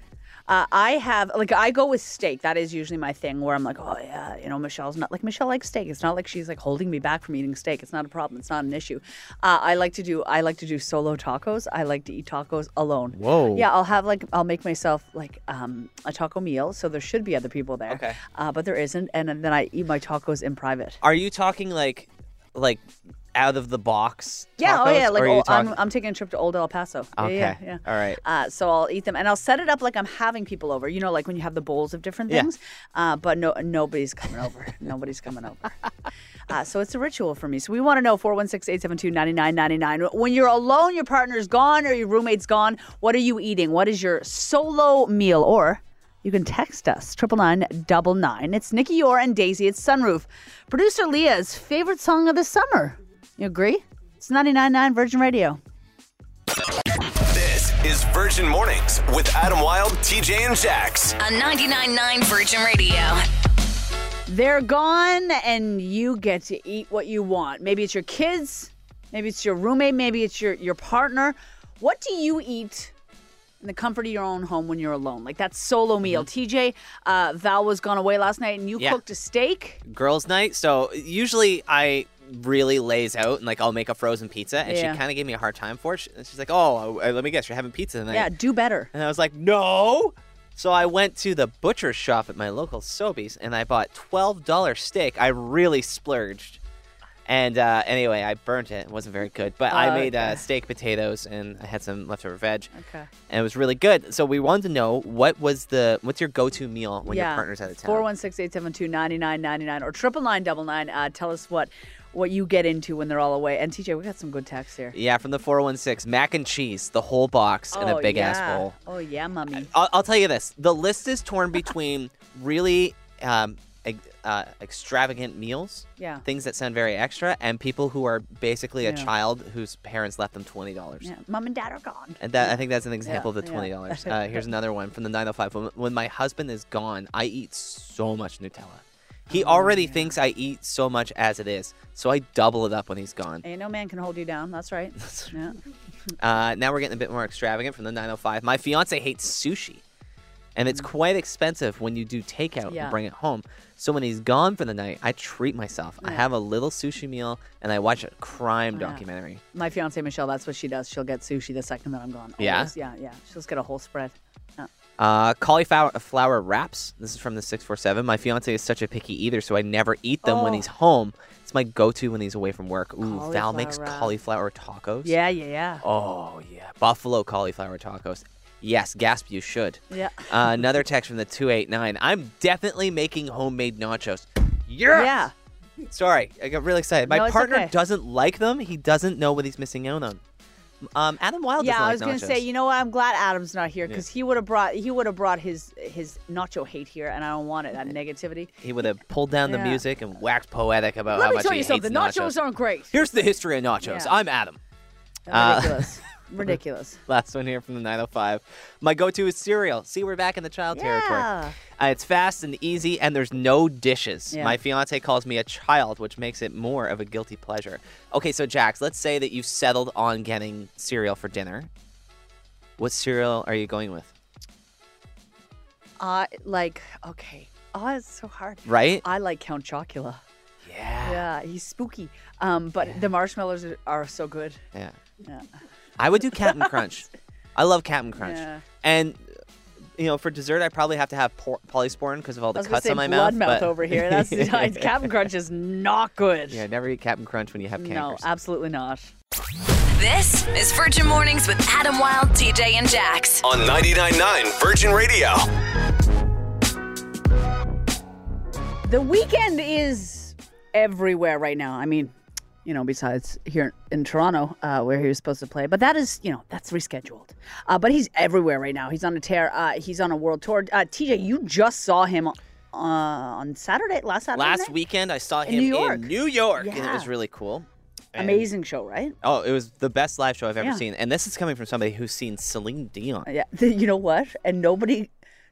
[SPEAKER 8] Uh, I have like I go with steak. That is usually my thing where I'm like, oh yeah, you know, Michelle's not like Michelle likes steak. It's not like she's like holding me back from eating steak. It's not a problem. It's not an issue. Uh, I like to do I like to do solo tacos. I like to eat tacos alone.
[SPEAKER 9] Whoa.
[SPEAKER 8] Yeah, I'll have like I'll make myself like um, a taco meal. So there should be other people there.
[SPEAKER 9] Okay.
[SPEAKER 8] Uh, but there isn't, and then I eat my tacos in private.
[SPEAKER 9] Are you talking like like out of the box.
[SPEAKER 8] Yeah, oh
[SPEAKER 9] tacos,
[SPEAKER 8] yeah, like
[SPEAKER 9] or are you
[SPEAKER 8] oh, I'm,
[SPEAKER 9] talking-
[SPEAKER 8] I'm taking a trip to Old El Paso. Yeah,
[SPEAKER 9] okay.
[SPEAKER 8] Yeah, yeah.
[SPEAKER 9] All right.
[SPEAKER 8] Uh, so I'll eat them, and I'll set it up like I'm having people over. You know, like when you have the bowls of different
[SPEAKER 9] Yeah.
[SPEAKER 8] things. Uh, but no, nobody's coming over. nobody's coming over. Uh, so it's a ritual for me. So we want to know 416-872-9999. When you're alone, your partner's gone or your roommate's gone. What are you eating? What is your solo meal? Or you can text us triple nine double nine. It's Nikki Yor and Daisy. It's Sunroof. Producer Leah's favorite song of the summer. You agree? It's 99.9 Virgin Radio.
[SPEAKER 5] This is Virgin Mornings with Adam Wilde, TJ, and Jax.
[SPEAKER 2] On 99.9 Virgin Radio.
[SPEAKER 8] They're gone, and you get to eat what you want. Maybe it's your kids, maybe it's your roommate, maybe it's your, your partner. What do you eat in the comfort of your own home when you're alone? Like that solo meal. TJ, uh, Val was gone away last night, and you
[SPEAKER 9] Mm-hmm. Yeah.
[SPEAKER 8] cooked a steak.
[SPEAKER 9] girls' night. So usually I really lays out and like I'll make a frozen pizza, and
[SPEAKER 8] Yeah.
[SPEAKER 9] she kind of gave me a hard time for it. She- She's like, "Oh, uh, let me guess, you're having pizza tonight."
[SPEAKER 8] Yeah, do better.
[SPEAKER 9] And I was like, "No." So I went to the butcher shop at my local Sobeys, and I bought twelve dollar steak. I really splurged. And uh, anyway, I burnt it. It wasn't very good, but I
[SPEAKER 8] Oh,
[SPEAKER 9] made uh,
[SPEAKER 8] okay.
[SPEAKER 9] steak potatoes and I had some leftover veg,
[SPEAKER 8] Okay.
[SPEAKER 9] and it was really good. So we wanted to know what was the what's your go to meal when your partner's out of town?
[SPEAKER 8] 416-872-9999 or triple nine double nine. Uh, tell us what what you get into when they're all away. And TJ, we got some good texts here.
[SPEAKER 9] Yeah, from the 416. Mac and cheese, the whole box, and a big
[SPEAKER 8] yeah.
[SPEAKER 9] ass bowl.
[SPEAKER 8] Oh yeah, mummy.
[SPEAKER 9] I'll, I'll tell you this the list is torn between really um, ex- uh, extravagant meals,
[SPEAKER 8] Yeah.
[SPEAKER 9] things that sound very extra, and people who are basically a
[SPEAKER 8] Yeah.
[SPEAKER 9] child whose parents left them $20.
[SPEAKER 8] Yeah, mom and dad are gone.
[SPEAKER 9] And that, I think that's an example
[SPEAKER 8] Yeah,
[SPEAKER 9] of the
[SPEAKER 8] yeah.
[SPEAKER 9] twenty dollars. Uh, here's another one from the nine hundred five. When, when my husband is gone, I eat so much Nutella. He
[SPEAKER 8] Oh,
[SPEAKER 9] already thinks I eat so much as it is, so I double it up when he's gone.
[SPEAKER 8] Ain't no man can hold you down. That's right. yeah.
[SPEAKER 9] Uh, now we're getting a bit more extravagant from the 905. My fiance hates sushi, and it's quite expensive when you do takeout
[SPEAKER 8] Mm. Yeah.
[SPEAKER 9] and bring it home. So when he's gone for the night, I treat myself. I have a little sushi meal and I watch a
[SPEAKER 8] Oh,
[SPEAKER 9] crime documentary.
[SPEAKER 8] My fiance Michelle, that's what she does. She'll get sushi the second that I'm gone.
[SPEAKER 9] Yeah?
[SPEAKER 8] Always. Yeah, yeah. She'll just get a whole spread. Yeah.
[SPEAKER 9] Uh, cauliflower flower wraps. This is from the 647. My fiance is such a picky eater, so I never eat them when
[SPEAKER 8] Oh.
[SPEAKER 9] he's home. It's my go-to when he's away from work. Ooh, Val
[SPEAKER 8] Cauliflower
[SPEAKER 9] makes
[SPEAKER 8] wrap.
[SPEAKER 9] cauliflower tacos.
[SPEAKER 8] Yeah, yeah, yeah.
[SPEAKER 9] Oh yeah, buffalo cauliflower tacos. Yes, gasp! You should.
[SPEAKER 8] Yeah.
[SPEAKER 9] Uh, another text from the 289. I'm definitely making homemade nachos. Yes!
[SPEAKER 8] Yeah.
[SPEAKER 9] Sorry, I got really excited. My
[SPEAKER 8] No, it's
[SPEAKER 9] partner
[SPEAKER 8] okay.
[SPEAKER 9] doesn't like them. He doesn't know what he's missing out on. Um, Adam Wilde
[SPEAKER 8] yeah,
[SPEAKER 9] doesn't
[SPEAKER 8] I
[SPEAKER 9] like
[SPEAKER 8] was gonna
[SPEAKER 9] nachos.
[SPEAKER 8] say, you know what? I'm glad Adam's not here because he would have brought he would have brought his his nacho hate here, and I don't want
[SPEAKER 9] Uh,
[SPEAKER 8] it. That negativity.
[SPEAKER 9] he would have pulled down the
[SPEAKER 8] Yeah.
[SPEAKER 9] music and waxed poetic about oh,
[SPEAKER 8] Let
[SPEAKER 9] how
[SPEAKER 8] me
[SPEAKER 9] much
[SPEAKER 8] tell
[SPEAKER 9] he
[SPEAKER 8] you something.
[SPEAKER 9] hates nachos.
[SPEAKER 8] Nachos aren't great.
[SPEAKER 9] Here's the history of nachos.
[SPEAKER 8] Yeah.
[SPEAKER 9] I'm Adam. Uh,
[SPEAKER 8] Ridiculous. Ridiculous.
[SPEAKER 9] Last one here from the 905. My go-to is cereal. See, we're back in the child territory.
[SPEAKER 8] Yeah.
[SPEAKER 9] Uh, it's fast and easy, and there's no dishes.
[SPEAKER 8] Yeah.
[SPEAKER 9] My fiance calls me a child, which makes it more of a guilty pleasure. Okay, so Jax, let's say that you've settled on getting cereal for dinner. What cereal are you going with?
[SPEAKER 8] Uh, like okay. Oh, it's so hard.
[SPEAKER 9] Right?
[SPEAKER 8] I like Count Chocula.
[SPEAKER 9] Yeah.
[SPEAKER 8] Yeah, he's spooky. Um, but the marshmallows are, are so good.
[SPEAKER 9] Yeah.
[SPEAKER 8] Yeah.
[SPEAKER 9] I would do Captain Crunch. I love Captain Crunch.
[SPEAKER 8] Yeah.
[SPEAKER 9] And you know, for dessert, I probably have to have por- polysporin because of all
[SPEAKER 8] I
[SPEAKER 9] the
[SPEAKER 8] was gonna
[SPEAKER 9] cuts
[SPEAKER 8] say
[SPEAKER 9] on my
[SPEAKER 8] blood
[SPEAKER 9] mouth. but-
[SPEAKER 8] over here. That's Captain Crunch is not good.
[SPEAKER 9] Yeah, never eat Captain Crunch when you have
[SPEAKER 8] no,
[SPEAKER 9] cankers.
[SPEAKER 8] absolutely not.
[SPEAKER 2] This is Virgin Mornings with Adam Wilde, TJ, and Jax.
[SPEAKER 5] On 99.9 Virgin Radio.
[SPEAKER 8] The weekend is everywhere right now. I mean, you know, besides here in Toronto, uh, where he was supposed to play, but that is, you know, that's rescheduled. Uh, but he's everywhere right now. He's on a tear. Uh, he's on a world tour. Uh, TJ, you just saw him uh, on Saturday, last Saturday.
[SPEAKER 9] Last
[SPEAKER 8] night?
[SPEAKER 9] weekend, I saw him
[SPEAKER 8] New York.
[SPEAKER 9] in New York, and it
[SPEAKER 8] Yeah.
[SPEAKER 9] was really cool. And-
[SPEAKER 8] Amazing show, right?
[SPEAKER 9] Oh, it was the best live show I've ever
[SPEAKER 8] Yeah. Uh,
[SPEAKER 9] seen. And this is coming from somebody who's seen Celine Dion.
[SPEAKER 8] Yeah. You know what? And nobody,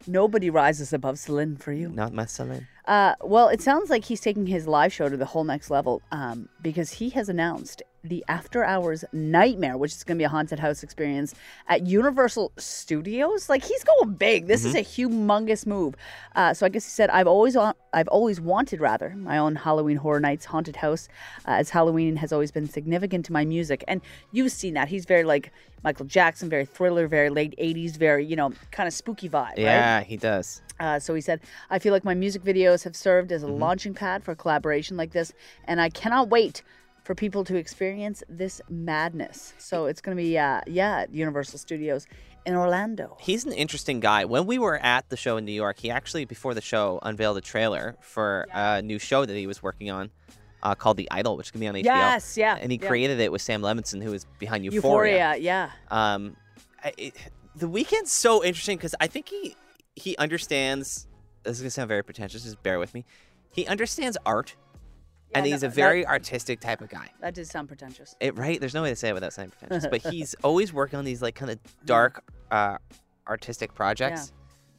[SPEAKER 8] nobody rises above Celine for you.
[SPEAKER 9] Not my Celine.
[SPEAKER 8] Uh, well, it sounds like he's taking his live show to the whole next level um, because he has announced the After Hours Nightmare, which is going to be a haunted house experience at Universal Studios. Like he's going big. This is a humongous move. Uh, so I guess he said, "I've always on, I've always wanted rather my own Halloween Horror Nights haunted house, uh, as Halloween has always been significant to my music." And you've seen that he's very like Michael Jackson, very thriller, very late '80s, very you know kind of spooky vibe. right?
[SPEAKER 9] Yeah, he does.
[SPEAKER 8] Uh, so he said, I feel like my music videos have served as a launching pad for collaboration like this, and I cannot wait for for people to experience this madness. So it's going to be, uh, yeah, at Universal Studios in Orlando.
[SPEAKER 9] He's an interesting guy. When we were at the show in New York, he actually, before the show, unveiled a trailer for a new show that he was working on uh, called The Idol, which can be on HBO.
[SPEAKER 8] Yes, yeah,
[SPEAKER 9] And he
[SPEAKER 8] yeah.
[SPEAKER 9] created it with Sam Levinson, who was behind
[SPEAKER 8] Euphoria, yeah.
[SPEAKER 9] Um, I, it, the weekend's so interesting because I think he he understands. This is gonna sound very pretentious. Just bear with me. He understands art, and
[SPEAKER 8] no,
[SPEAKER 9] he's a
[SPEAKER 8] that-
[SPEAKER 9] very artistic type of guy.
[SPEAKER 8] That did sound pretentious.
[SPEAKER 9] It, right? There's no way to say it without sounding pretentious. but he's always working on these like kind of
[SPEAKER 8] Mm-hmm.
[SPEAKER 9] dark, uh, artistic projects,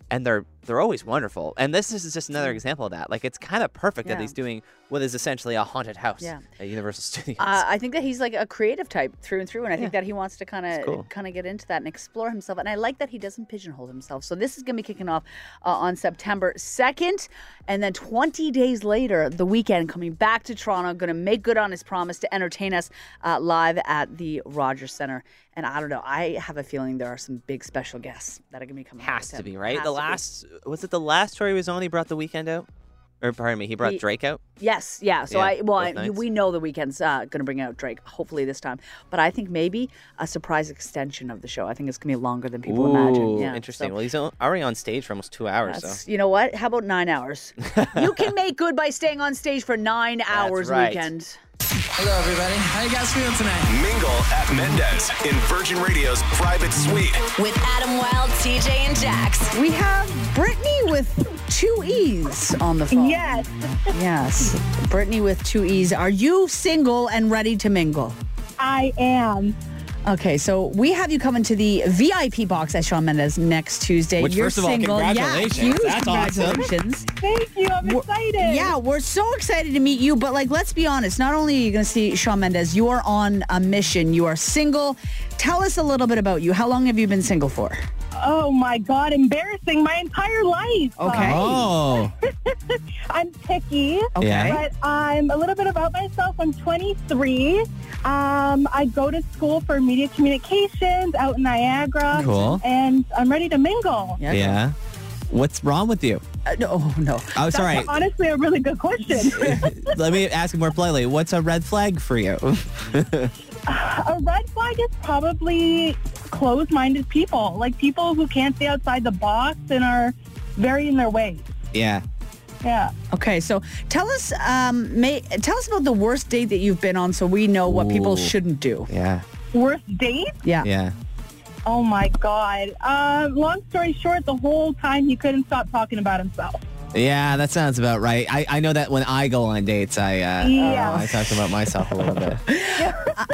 [SPEAKER 9] and they're they're always wonderful. And this is just another example of that. Like it's kind of perfect
[SPEAKER 8] Yeah.
[SPEAKER 9] that he's doing what is essentially a haunted house
[SPEAKER 8] Yeah.
[SPEAKER 9] at Universal Studios.
[SPEAKER 8] Uh, I think that he's like a creative type through and through, and I think that he wants to kind of
[SPEAKER 9] It's cool.
[SPEAKER 8] kind of get into that and explore himself. And I like that he doesn't pigeonhole himself. So this is going to be kicking off uh, on September second, and then 20 days later, the weekend coming back to Toronto, going to make good on his promise to entertain us uh, live at the Rogers Centre. And I don't know, I have a feeling there are some big special guests that are going to be coming. out
[SPEAKER 9] has
[SPEAKER 8] with
[SPEAKER 9] to
[SPEAKER 8] him.
[SPEAKER 9] be right.
[SPEAKER 8] Has
[SPEAKER 9] The
[SPEAKER 8] to be.
[SPEAKER 9] last was it the last story he was on? He brought the weekend out, or pardon me, he brought
[SPEAKER 8] He-
[SPEAKER 9] Drake out.
[SPEAKER 8] Yes, yeah. So
[SPEAKER 9] Yeah,
[SPEAKER 8] I well,
[SPEAKER 9] both
[SPEAKER 8] I,
[SPEAKER 9] nights.
[SPEAKER 8] we know the weekend's uh, going to bring out Drake hopefully this time, but I think maybe a surprise extension of the show. I think it's going to be longer than people imagine. Yeah,
[SPEAKER 9] interesting.
[SPEAKER 8] so
[SPEAKER 9] well, he's o- already on stage for almost two hours.
[SPEAKER 8] that's-
[SPEAKER 9] So
[SPEAKER 8] you know what? How about nine hours? you can make good by staying on stage for nine hours
[SPEAKER 9] right.
[SPEAKER 8] weekend.
[SPEAKER 6] Hello, everybody. How you guys feeling tonight?
[SPEAKER 5] Mingle at Mendez in Virgin Radio's private suite.
[SPEAKER 2] With Adam Wilde, TJ, and Jax.
[SPEAKER 8] We have Brittany with two E's on the phone.
[SPEAKER 10] Yes.
[SPEAKER 8] yes, Brittany with two E's. Are you single and ready to mingle?
[SPEAKER 10] I am.
[SPEAKER 8] Okay, so we have you coming to the VIP box at Shawn Mendes next Tuesday.
[SPEAKER 6] Which,
[SPEAKER 8] You're
[SPEAKER 6] first of all,
[SPEAKER 8] single.
[SPEAKER 6] congratulations.
[SPEAKER 8] Yeah, huge
[SPEAKER 6] That's awesome.
[SPEAKER 8] congratulations.
[SPEAKER 10] Thank you. I'm
[SPEAKER 8] We're-
[SPEAKER 10] excited.
[SPEAKER 8] Yeah, we're so excited to meet you. But like, let's be honest. Not only are you going to see Shawn Mendes, you are on a mission. You are single. Tell us a little bit about you. How long have you been single for?
[SPEAKER 10] Oh my God, embarrassing my entire life. Uh,
[SPEAKER 8] Okay. Oh.
[SPEAKER 6] Oh,
[SPEAKER 10] I'm picky,
[SPEAKER 8] Okay.
[SPEAKER 4] Yeah.
[SPEAKER 10] but I'm a little bit about myself. I'm 23. Um, I go to school for media communications out in Niagara.
[SPEAKER 4] Cool.
[SPEAKER 10] And I'm ready to mingle.
[SPEAKER 8] Yeah.
[SPEAKER 4] Yeah. What's wrong with you?
[SPEAKER 8] Uh, no, oh, no.
[SPEAKER 4] Oh, sorry.
[SPEAKER 10] Honestly, a really good question.
[SPEAKER 4] Let me ask it more politely. What's a red flag for you?
[SPEAKER 10] a red flag is probably closed-minded people, like people who can't stay outside the box and are very in their ways.
[SPEAKER 4] yeah.
[SPEAKER 10] Yeah.
[SPEAKER 8] Okay, so tell us, um, may, tell us about the worst date that you've been on, so we know what people
[SPEAKER 4] Ooh.
[SPEAKER 8] shouldn't do.
[SPEAKER 4] Yeah.
[SPEAKER 10] Worst date?
[SPEAKER 8] Yeah.
[SPEAKER 4] Yeah.
[SPEAKER 10] Oh my God. Uh, long story short, the whole time he couldn't stop talking about himself.
[SPEAKER 4] Yeah, that sounds about right. I, I know that when I go on dates, I uh,
[SPEAKER 10] Yeah.
[SPEAKER 4] I talk about myself a little bit. See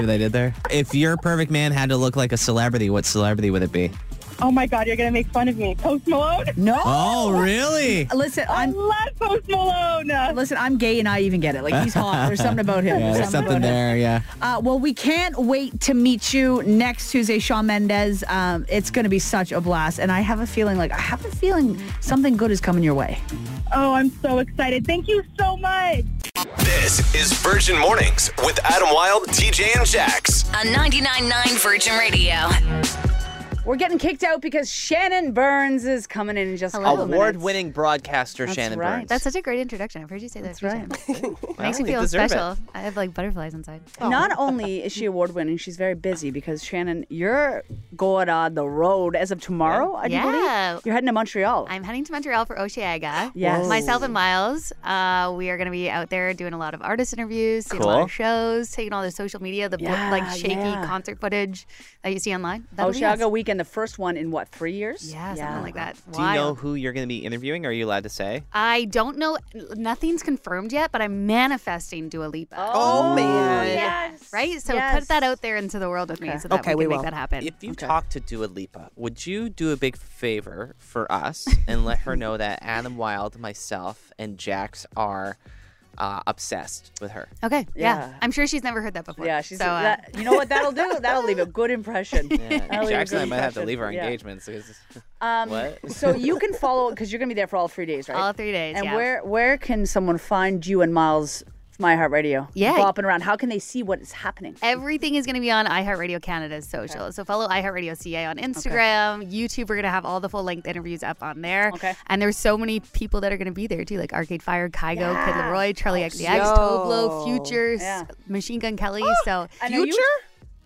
[SPEAKER 4] what I did there? If your perfect man had to look like a celebrity, what celebrity would it be?
[SPEAKER 10] Oh my God, you're gonna make fun of me, Post Malone.
[SPEAKER 8] No.
[SPEAKER 4] Oh, really?
[SPEAKER 8] Listen,
[SPEAKER 10] I
[SPEAKER 8] I'm
[SPEAKER 10] love Post Malone.
[SPEAKER 8] Listen, I'm gay and I even get it. Like he's hot. There's something about him.
[SPEAKER 4] Yeah, there's something
[SPEAKER 8] about him.
[SPEAKER 4] there. Yeah.
[SPEAKER 8] Uh, well, we can't wait to meet you next Tuesday, Shawn Mendes. Um, it's going to be such a blast, and I have a feeling like I have a feeling something good is coming your way.
[SPEAKER 10] Oh, I'm so excited. Thank you so much.
[SPEAKER 5] This is Virgin Mornings with Adam Wilde, TJ, and Jax.
[SPEAKER 2] On 99.9 Virgin Radio.
[SPEAKER 8] We're getting kicked out because Shannon Burns is coming in in just a couple minutes.
[SPEAKER 9] award-winning broadcaster Shannon
[SPEAKER 8] right.
[SPEAKER 9] Burns.
[SPEAKER 11] Oh, That's such a great introduction. I've heard you say that. That's
[SPEAKER 8] right.
[SPEAKER 11] Makes me
[SPEAKER 9] Well, you
[SPEAKER 11] feel
[SPEAKER 9] deserve
[SPEAKER 11] special.
[SPEAKER 9] it.
[SPEAKER 11] I have like butterflies inside.
[SPEAKER 8] Not only is she award winning, she's very busy because Shannon, you're going on the road as of tomorrow. I
[SPEAKER 11] Yeah.
[SPEAKER 8] believe? you're heading to Montreal.
[SPEAKER 11] I'm heading to Montreal for Oceaga.
[SPEAKER 8] Yes. Whoa.
[SPEAKER 11] Myself and Miles, uh, we are going to be out there doing a lot of artist interviews, seeing a lot
[SPEAKER 9] Cool.
[SPEAKER 11] of shows, taking all the social media, the bo-
[SPEAKER 8] Yeah,
[SPEAKER 11] like shaky
[SPEAKER 8] yeah.
[SPEAKER 11] concert footage that you see online. That'll be us.
[SPEAKER 8] Oshaga weekend, the first one in what three years?
[SPEAKER 11] Yeah, something like that.
[SPEAKER 9] Do you know
[SPEAKER 11] Wild.
[SPEAKER 9] who you're going to be interviewing? Are you allowed to say?
[SPEAKER 11] I don't know. Nothing's confirmed yet, but I'm manifesting Dua Lipa.
[SPEAKER 1] Oh, man.
[SPEAKER 11] yes. Right? So
[SPEAKER 8] Yes.
[SPEAKER 11] put that out there into the world with me so that
[SPEAKER 1] Okay, we
[SPEAKER 11] we can
[SPEAKER 1] will.
[SPEAKER 11] make that happen.
[SPEAKER 9] If you
[SPEAKER 8] Okay.
[SPEAKER 9] talk to Dua Lipa, would you do a big favor for us and let her know that Adam Wilde, myself, and Jax are uh, obsessed with her?
[SPEAKER 11] Okay. Yeah.
[SPEAKER 8] Yeah.
[SPEAKER 11] I'm sure she's never heard that before.
[SPEAKER 8] Yeah, she's
[SPEAKER 11] so, uh,
[SPEAKER 8] that, you know what that'll do? That'll leave a good impression. That'll leave a
[SPEAKER 9] Jax and I
[SPEAKER 8] good
[SPEAKER 9] might have to
[SPEAKER 8] impression.
[SPEAKER 9] leave our
[SPEAKER 8] Yeah.
[SPEAKER 9] engagements. Because,
[SPEAKER 8] Um,
[SPEAKER 9] what?
[SPEAKER 8] so you can follow because you're gonna be there for all three days, right?
[SPEAKER 11] all three days.
[SPEAKER 8] And
[SPEAKER 11] yeah.
[SPEAKER 8] where where can someone find you and Miles It's my heart radio.
[SPEAKER 11] Yeah.
[SPEAKER 8] Bopping around. How can they see what is happening?
[SPEAKER 11] Everything is going to be on iHeartRadio Canada's social. So follow iHeartRadio CA on Instagram, YouTube. We're going to have all the full length interviews up on there. Okay. And there's so many people that are going to be there too, like Arcade Fire, Kygo, Kid Leroy, Charlie XCX, Toblo, Futures, Machine Gun Kelly. So
[SPEAKER 1] Future?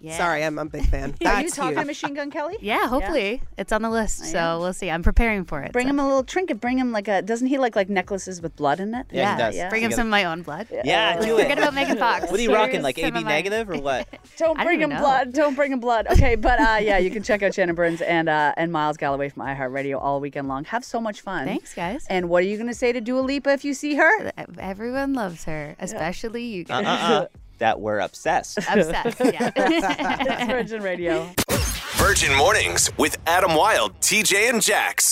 [SPEAKER 11] Yeah.
[SPEAKER 1] Sorry, I'm, I'm a big fan. That's
[SPEAKER 8] Are you talking to
[SPEAKER 1] huge.
[SPEAKER 8] Machine Gun Kelly?
[SPEAKER 11] Yeah, hopefully it's on the list. So we'll see. I'm preparing for it.
[SPEAKER 8] Bring him a little trinket. Bring him like a. Doesn't he like like necklaces with blood in it?
[SPEAKER 9] Yeah, he does.
[SPEAKER 11] Bring him
[SPEAKER 9] Together.
[SPEAKER 11] some of my own blood.
[SPEAKER 9] Yeah, do it.
[SPEAKER 11] Forget about Megan Fox.
[SPEAKER 9] What are you rocking? Like
[SPEAKER 11] Here's some
[SPEAKER 9] AB
[SPEAKER 11] of mine.
[SPEAKER 9] negative or what?
[SPEAKER 8] Don't
[SPEAKER 11] I don't
[SPEAKER 8] bring him
[SPEAKER 11] even know.
[SPEAKER 8] blood. Don't bring him blood. Okay, but uh, yeah, you can check out Shannon Burns and uh, and Miles Galloway from iHeartRadio all weekend long. Have so much fun.
[SPEAKER 11] Thanks, guys.
[SPEAKER 8] And what are you gonna say to Dua Lipa if you see her?
[SPEAKER 11] e-, Everyone loves her, especially you
[SPEAKER 9] Uh uh
[SPEAKER 11] guys.
[SPEAKER 9] uh. That we're obsessed.
[SPEAKER 11] Obsessed. Yeah.
[SPEAKER 8] It's Virgin Radio.
[SPEAKER 5] Virgin Mornings with Adam Wilde, TJ, and Jax.